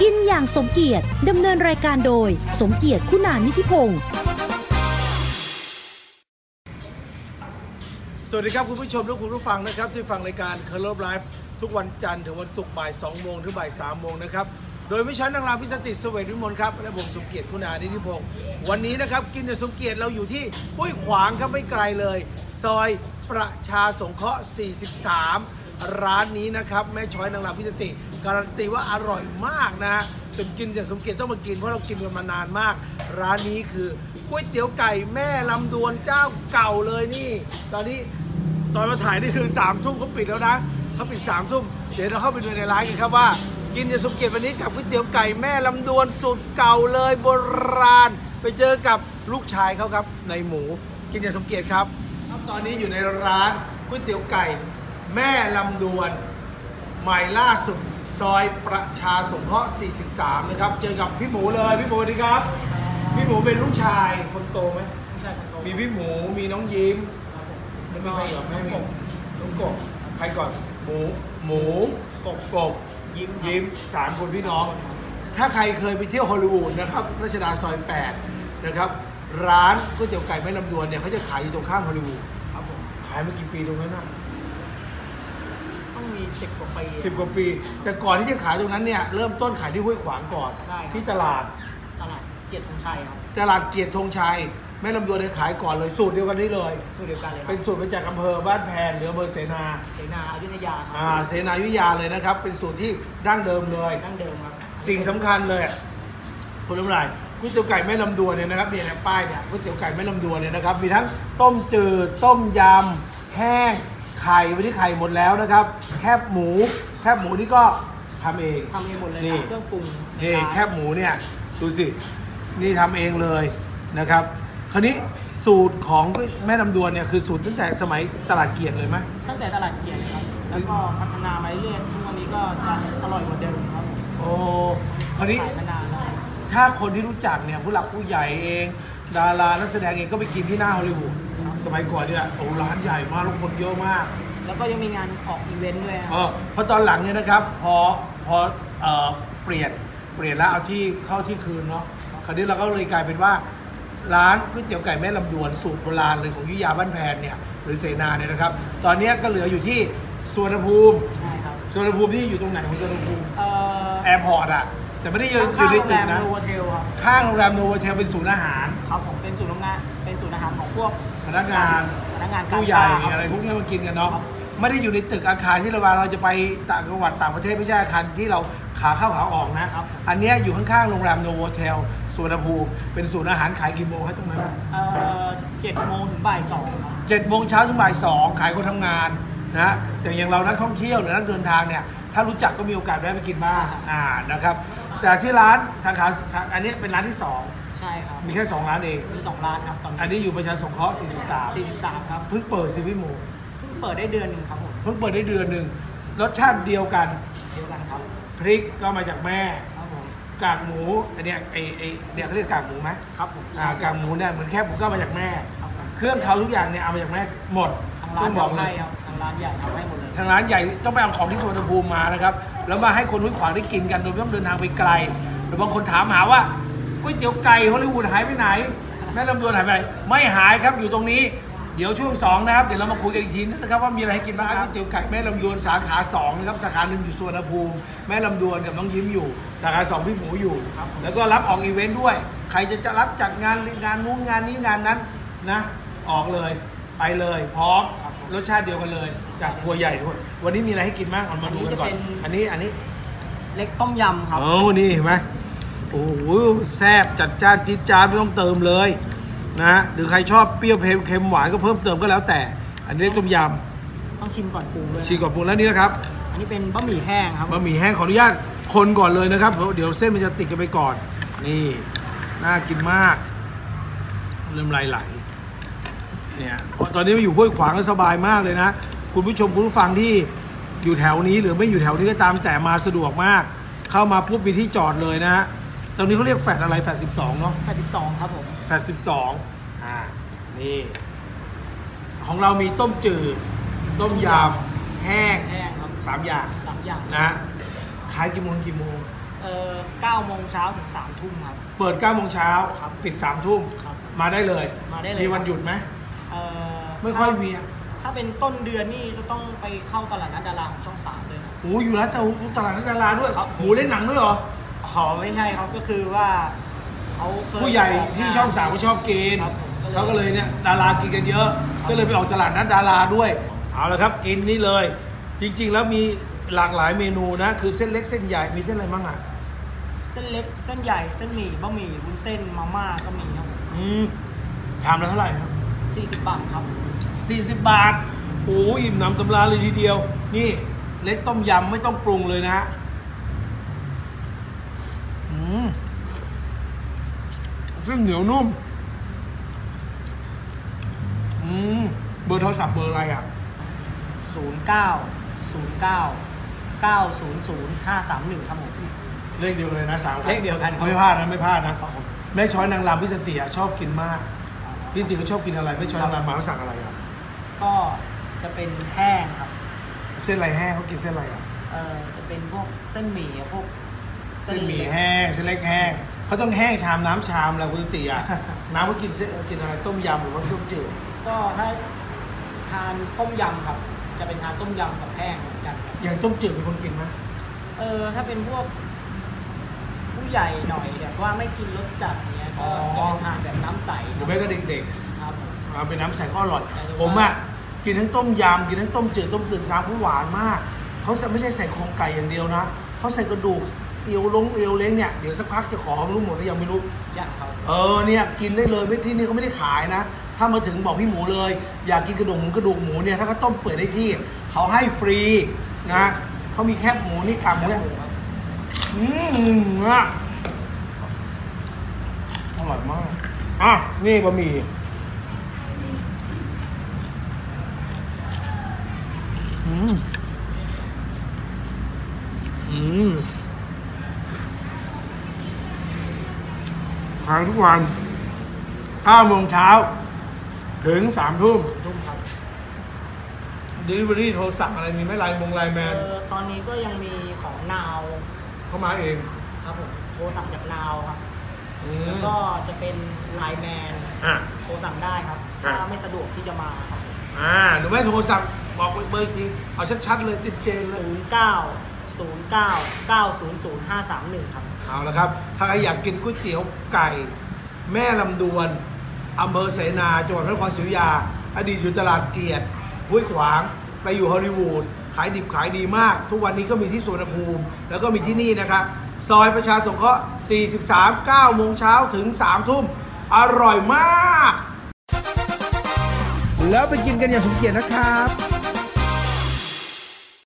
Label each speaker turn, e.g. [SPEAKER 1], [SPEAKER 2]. [SPEAKER 1] กินอย่างสมเกียรติดำเนินรายการโดย สมเกียรติคุณานิธิพงศ์
[SPEAKER 2] สวัสดีครับคุณผู้ชมและคุณผู้ฟังนะครับที่ฟังรายการ c u r l o v e Life ทุกวันจันทร์ถึงวันศุกร์บ่าย2โมงถึงบ่าย3โมงนะครับ โดยมิชันนางรามพิสติสเวทวิมลครับ และผมสมเกียรติคุณานิธิพงศ์วันนี้นะครับกินกับสมเกียรติเราอยู่ที่ห้วยขวางครับไม่ไกลเลย ซอยประชาสงเคราะห์ 43 ร้านนี้นะครับแม่ช้อยนางรามพิสติ การันตีว่าอร่อยมากนะฮะเป็นกินจากสมเกียรติต้องมากินเพราะเรากินกันมานานมาก ร้านนี้คือก๋วยเตี๋ยวไก่แม่ลำดวนเจ้าเก่าเลยนี่ ตอนนี้ ตอนมาถ่ายนี่คือ3ามทุ่มเขาปิดแล้วนะเขาปิด3ามทุ่มเดี๋ยวเราเข้าไปดูในร้านกันครับว่า กินยาสมเกียรติวันนี้กับก๋วยเตี๋ยวไก่แม่ลำดวนสูตรเก่าเลยโบราณ ไปเจอกับลูกชายเขาครับในหมูกินยาสมเกียรติครับครับ ตอนนี้อยู่ในร้านก๋วยเตี๋ยวไก่แม่ลำดวน ใหม่ล่าสุดซอยประชาสงเคราะห์ 43 นะครับ เจอกับพี่หมูเลยพี่หมูสวัสดีครับ พี่หมูเป็นลูกชายคนโตไหมมีพี่หมูมีน้องยิ้ม ไม่มีใครเหรอไม่มีลุงกบใครก่อน หมู หมู กบกบยิ้มยิ้มสามคนพี่น้อง ถ้าใครเคยไปเที่ยวฮอลลีวูดนะครับรัชดาซอย8นะครับ ร้านก๋วยเตี๋ยวไก่แม่ลำดวนเนี่ยเขาจะขายอยู่ตรงข้ามฮอลลีวูด
[SPEAKER 3] ครับผม
[SPEAKER 2] ขายมากี่ปีตรงนั้นนะ
[SPEAKER 3] ต้องมีสิบกว่าปี
[SPEAKER 2] สิบกว่าปี แต่ก่อนที่จะขายตรงนั้นเนี่ย เริ่มต้นขายที่ห้วยขวางก่อน
[SPEAKER 3] ใช่ครับ
[SPEAKER 2] ที่ตลาด
[SPEAKER 3] ตลาดเกียรติธงชัยครับ
[SPEAKER 2] ตลาดเกียรติธงชัย แม่ลำดวนเนี่ยขายก่อนเลยสูตรเดียวกันนี้เลย
[SPEAKER 3] สูตรเดียวกันเลยครั
[SPEAKER 2] เป็น
[SPEAKER 3] บ
[SPEAKER 2] สูตรมาจากอำเภอบ้านแพนหรืออำเภอเสนา
[SPEAKER 3] เสนาอยุธยาค
[SPEAKER 2] อ่า
[SPEAKER 3] รับ
[SPEAKER 2] เสนาวิทยาเลยนะครับ เป็นสูตรที่ดั้งเดิมเลย
[SPEAKER 3] ดั้งเดิมครับ
[SPEAKER 2] สิ่งสำคัญเลยอะคุณลำลายก๋วยเตี๋ยวไก่แม่ลำดวนเนี่ยนะครับเนี่ยนะป้ายเนี่ยก๋วยเตี๋ยวไก่แม่ลำดวนเนี่ยนะครับ มีทั้งต้มจืด ต้มยำ แห้ง ไข่วันนี้ไข่หมดแล้วนะครับ แคบหมู แคบหมูนี่ก็ทำเอง
[SPEAKER 3] ทำเองหมดเลย
[SPEAKER 2] นี่
[SPEAKER 3] ครับเครื่องปรุงใน
[SPEAKER 2] นี่
[SPEAKER 3] ร้าน
[SPEAKER 2] แคบหมูเนี่ยดูสิ นี่ทำเองเลยนะครับ คราวนี้สูตรของแม่ลำดวนเนี่ยคือสูตรตั้งแต่สมัยตลาดเกียรติเลยไหม
[SPEAKER 3] ตั้งแต่ตลาดเกียรติเลยครับ แล้วก็พัฒนามาเรื่อยๆทุกวันนี้ก็จะอร่อยกว่าเดิมครับ
[SPEAKER 2] โอ้คราวนี้
[SPEAKER 3] ขายมานานแล้ว
[SPEAKER 2] ถ้าคนที่รู้จักเนี่ยผู้หลักผู้ใหญ่เอง ดารานักแสดงเองก็ไปกินที่หน้าฮอลลีวูดสมัยก่อนเนี่ยโอ้ร้านใหญ่มากลูกคนเยอะมาก
[SPEAKER 3] แล้วก็ยังมีงานออกอีเวนต์ด้วยค
[SPEAKER 2] เอ
[SPEAKER 3] รับ
[SPEAKER 2] อเพอตอนหลังเนี่ยนะครับพอพอเอ่อเปลี่ยนเปลี่ยนแล้วเอาที่เข้าที่คืนเนาะคราวนี้เราก็เลยกลายเป็นว่า ร้านก๋วยเตี๋ยวไก่แม่ลำดวนสูตรโบราณเลยของยุธยาบ้านแพนเนี่ยหรือเสนาเนี่ยนะครับ ตอนเนี้ยก็เหลืออยู่ที่สวนภูมิ
[SPEAKER 3] ใช่ครับ
[SPEAKER 2] สวนภูมิที่อยู่ตรงไหนของสวนภูมิ
[SPEAKER 3] เอ่อ
[SPEAKER 2] แอร์พอร์ตอะแต่ไม่ได้อยู่อ
[SPEAKER 3] ข้า
[SPEAKER 2] ยู่ใน
[SPEAKER 3] งโรง
[SPEAKER 2] ตึ
[SPEAKER 3] แร
[SPEAKER 2] ก
[SPEAKER 3] ม
[SPEAKER 2] นะ
[SPEAKER 3] โนวาเทลครับ
[SPEAKER 2] ข้างโรงแรมโนวเทลเป็นศูนย์อาหาร
[SPEAKER 3] ครับผมเป็นศูนย์โรงงานเป็นศูนย์อาหารของพวก
[SPEAKER 2] พนักงาน
[SPEAKER 3] พนักงานการ
[SPEAKER 2] ผู้ใหญ่
[SPEAKER 3] ค้าครับ
[SPEAKER 2] อะไรพวกนี้มากินกันเนาะ
[SPEAKER 3] ครับ
[SPEAKER 2] ไม่ได้อยู่ในตึกอาคารที่เราว่าเราจะไปต่างจังหวัดต่างประเทศไม่ใช่อาคารที่เราขาเข้าขาออกนะ อันเนี้ยอยู่ข้างๆโรงแรมโนโวเทลสุวรรณภูมิเป็นศูนย์อาหารขายกี่โมงครับตรงนั้น
[SPEAKER 3] เอ่อเจ็ดโมงถึงบ่ายสองครับ
[SPEAKER 2] เจ็ดโมงเช้าถึงบ่ายสองขายคนทำงานนะแต่อย่างเรานักท่องเที่ยวหรือนักเดินทางเนี่ยถ้ารู้จักก็มีโอกาสแวะไปกินบ้างอ่านะครับแต่ที่ร้านสาขาสาอันนี้เป็นร้านที่สอง
[SPEAKER 3] ใช่ครับ
[SPEAKER 2] มีแค่สองร้านเอง
[SPEAKER 3] มีสองร้านครับตอน
[SPEAKER 2] อัน
[SPEAKER 3] นี้
[SPEAKER 2] นี้อยู่ประชาสงเคราะห์
[SPEAKER 3] สี่สิบสามครับ
[SPEAKER 2] 43เพิ่งเปิดสิพี่หมู
[SPEAKER 3] เพิ่งเปิดได้เดือนหนึ่งครับผม
[SPEAKER 2] เพิ่งเปิดได้เดือนหนึ่งรสชาติเดียวกัน
[SPEAKER 3] เดียวกันครับ
[SPEAKER 2] พริกก็มาจากแม่
[SPEAKER 3] ครับผม
[SPEAKER 2] กากหมูอันเนี้ยไอไอเนี่ยเขาเรียกกากหมูไหม
[SPEAKER 3] ครับผม
[SPEAKER 2] อ่ากากหมูเนี่ยเหมือนแคบหมูก็มาจากแม่
[SPEAKER 3] ครับผม
[SPEAKER 2] เครื่องเขาทุกอย่างเนี่ยเอามาจากแม่หมด
[SPEAKER 3] ทางร้า
[SPEAKER 2] ต้
[SPEAKER 3] น
[SPEAKER 2] องบอ
[SPEAKER 3] เอา
[SPEAKER 2] กเล
[SPEAKER 3] ให้
[SPEAKER 2] ย
[SPEAKER 3] ครับทางร้านใหญ่เอาให้หมดเลย
[SPEAKER 2] ทางร้านใหญ่ต้องไปเอาของที่สุวรรณภูมิมานะครับ แล้วมาให้คนห้วยขวางได้กินกันโดยไม่ต้องเดินทางไปไกลหรือบางคนถามหาว่าก๋วยเตี๋ยวไก่ฮอลลีวูดหายไปไหน แม่ลำดวนหายไปไหนไม่หายครับอยู่ตรงนี้ เดี๋ยวช่วงสองนะครับเดี๋ยวเรามาคุยกันอีกทีนะครับว่ามีอะไรให้กินบ้างครับ ก๋วยเตี๋ยวไก่แม่ลำดวนสาขา2นะครับสาขาหนึ่งอยู่สุวรรณภูมิ แม่ลำดวนกับน้องยิ้มอยู่ สาขา2พี่หมูอยู่ครับแล้วก็รับออกอีเวนต์ด้วย ใครจะจะรับจัดงานงานนู้นงานนี้งานนั้นนะ ออกเลยไปเลยพร้อมรสชาติเดียวกันเลยจากครัวใหญ่ทุกคนวันนี้มีอะไรให้กินบ้างเอามาดูกันก่อน อันนี้อันนี้
[SPEAKER 3] เล็กต้มยำครับ
[SPEAKER 2] โอ้นี่เห็นไหมโอ้โหแซ่บจัดจ้านจี๊ดจ้านไม่ต้องเติมเลยนะฮะหรือใครชอบเปรี้ยวเผ็ดเค็มหวานก็เพิ่มเติมก็แล้วแต่ อันนี้เรียกต้มย
[SPEAKER 3] ต้องชิมก่อนปรุงด้วย
[SPEAKER 2] ำ
[SPEAKER 3] นะ
[SPEAKER 2] ชีกรอบปรุงแล้วนี่นะครับ
[SPEAKER 3] อันนี้เป็นบะหมี่แห้งครับ
[SPEAKER 2] บะหมี่แห้งขออนุญาตคนก่อนเลยนะครับเพราะเดี๋ยวเส้นมันจะติดกันไปก่อน นี่น่ากินมากเริ่มไหลไหลเนี่ยเพราะตอนนี้มาอยู่ห้วยขวางก็สบายมากเลยนะ คุณผู้ชมคุณผู้ฟังที่อยู่แถวนี้หรือไม่อยู่แถวนี้ก็ตามแต่มาสะดวกมาก เข้ามาปุ๊บมีที่จอดเลยนะฮะตอนนี้เขาเรียกแฟลตอะไรแฟลตสิบสองเนาะ
[SPEAKER 3] แปดสิบสองครับผม
[SPEAKER 2] แฟลตสิบสองอ่านี่ ของเรามีต้มจืด ต้มยำแห้ง
[SPEAKER 3] แห้งครับ
[SPEAKER 2] สามอย่าง
[SPEAKER 3] สามอย่าง
[SPEAKER 2] นะขายกี่โมงกี่โมง
[SPEAKER 3] เอ่อ9โมงเช้าถึง3ทุ่มครับ
[SPEAKER 2] เปิด9โมงเช้า
[SPEAKER 3] ครับ
[SPEAKER 2] ปิด3ทุ่ม
[SPEAKER 3] ครับ
[SPEAKER 2] มาได้เลย
[SPEAKER 3] มาได้เลย
[SPEAKER 2] มีวันหยุดไหม
[SPEAKER 3] เอ่อ
[SPEAKER 2] ไม่ค่อย
[SPEAKER 3] ถ้า
[SPEAKER 2] มีอะ
[SPEAKER 3] ถ้าเป็นต้นเดือนนี่จะต้องไปเข้าตลาดนัดดาราของช่องสามเลยครับ
[SPEAKER 2] โอ้อยู่แล้วแต่ตลาดนัดดาราด้วย
[SPEAKER 3] ครับ
[SPEAKER 2] โอ้เล่นหนังด้วยเหรอ
[SPEAKER 3] หอไม่ใช่ครับก็คือว่าเขาเคย
[SPEAKER 2] ผู้ใหญ่
[SPEAKER 3] ก
[SPEAKER 2] ที่
[SPEAKER 3] งน
[SPEAKER 2] ช่องสามเขาชอบกิน
[SPEAKER 3] ครับผม
[SPEAKER 2] เขาก็เลยเนี่ยดารากินกันเยอะ
[SPEAKER 3] ครับ
[SPEAKER 2] ก็เลยไปออกตลาดนัดดาราด้วยเอาละครับกินนี่เลย จริง ๆ แล้วมีหลากหลายเมนูนะ คือเส้นเล็กเส้นใหญ่มีเส้นอะไรบ้างอ่ะ
[SPEAKER 3] เส้นเล็กเส้นใหญ่เส้นหมี่บะหมี่วุ้นเส้นมาม่าก็มีครับผม
[SPEAKER 2] อืมชามละเท่าไหร่ครับ
[SPEAKER 3] 40บาทครับ
[SPEAKER 2] 40 บาท โอ้ยอิ่มหนำสำราญเลยทีเดียว นี่ เล็กต้มยำไม่ต้องปรุงเลยนะฮะอืมเส้นเหนียวนุ่ม อืม เบอร์โทรศัพท์เบอร์อะไรอ่ะ
[SPEAKER 3] 09 09 900 531ครับผม
[SPEAKER 2] เลขเดียวกันเลยนะสาม
[SPEAKER 3] เลขเดียวกันครับ
[SPEAKER 2] ไม่พลาดนะ ไม่พลาดนะแม่ช้อยนางรำพี่สันติอ่ะชอบกินมากพี่สันติเขาชอบกินอะไรแม่ช้อยนางรำมาเขาสั่งอะไรอ่ะ
[SPEAKER 3] ก็จะเป็นแห้งครับ
[SPEAKER 2] เส้นอะไรแห้งเขากินเส้นอะไรอ่ะ
[SPEAKER 3] เอ่อจะเป็นพวกเส้นหมี่พวก
[SPEAKER 2] เส้นหมี่
[SPEAKER 3] ล็ก
[SPEAKER 2] แห้งเส้นเล็กแห้งเขาต้องแห้งชามน้ำชามแล้วคุณติอ่ะ น้ำเขากินเส้นกินอะไรต้มยำหรือว่าต้มจืด
[SPEAKER 3] ก็ถ้าทานต้มยำครับ จะเป็นทานต้มยำกับแห้งเหมือนกันครับ
[SPEAKER 2] อย่างต้มจืดเป็นคนกินไหม
[SPEAKER 3] เออถ้าเป็นพวกผู้ใหญ่หน่อยแบบว่าไม่กินรสจัดเนี้ยก็จะทานแบบน้ำใส
[SPEAKER 2] หรือไม่ก็เด็ก
[SPEAKER 3] ครับผม
[SPEAKER 2] ๆเอาเป็นน้ำใสก็อร่อย
[SPEAKER 3] ใช่ครับ
[SPEAKER 2] ผมอ่ะกินทั้งต้มยำกินทั้งต้มจืดต้มจืดน้ำเขาหวานมากเขาไม่ใช่ใส่โครงไก่อย่างเดียวนะเขาใส่กระดูกเอวลงเอวเล้งเนี่ยเดี๋ยวสักพักจะขอของลูกหมดแล้วยังไม่รู้
[SPEAKER 3] อย่างครับ
[SPEAKER 2] เออเนี่ยกินได้เลยไม่ที่นี่เขาไม่ได้ขายนะ ถ้ามาถึงบอกพี่หมูเลย อยากกินกระดูกหมูกระดูกหมูเนี่ยถ้าเขาต้มเปื่อยได้ที่ เขาให้ฟรีนะเขามีแคบหมูนี่กากหมูเนี่ยอืมอ่ะอร่อยมากอ่ะนี่บะหมี่อืมอืมขายทุกวัน9โมงเช้า ถึง3ทุ่ม
[SPEAKER 3] รุ่มครับ
[SPEAKER 2] ดลิเวอรี่โทรสั่งอะไรมีไหมไลน์มงไลน์แม
[SPEAKER 3] เอน อตอนนี้ก็ยังมีของนาว
[SPEAKER 2] เข้ามาเอง
[SPEAKER 3] ครับผมโทรสั่งจากนาวครับ
[SPEAKER 2] อืม
[SPEAKER 3] แล้วก็จะเป็นไลน์แมน
[SPEAKER 2] อ่ะ
[SPEAKER 3] โทรสั่งได้ครับ
[SPEAKER 2] ครับ
[SPEAKER 3] ถ้าไม่สะดวกที่จะมาครับ
[SPEAKER 2] อ่าหรือไม่โทรสั่งบอกเบอร์อีกทีเอาชัดๆเลยติดเจนเลย
[SPEAKER 3] ศูนย์เก้าศูนย์เก้าเก้าศูนย์ศูนย์ห้าสามหนึ่งครับ
[SPEAKER 2] เอาละครับ ถ้าใครอยากกินก๋วยเตี๋ยวไก่ แม่ลำดวนอำเภอเสนาจังหวัดพระนครศรีอยุธยา อดีตอยู่ตลาดเกียรติห้วยขวาง ไปอยู่ฮอลลีวูด ขายดิบขายดีมาก ทุกวันนี้ก็มีที่สวนภูมิ แล้วก็มีที่นี่นะครับ ซอยประชาสงเคราะห์ 43 9โมงเช้าถึง 3 ทุ่ม อร่อยมาก แล้วไปกินกันอย่างสมเกียรตินะครับ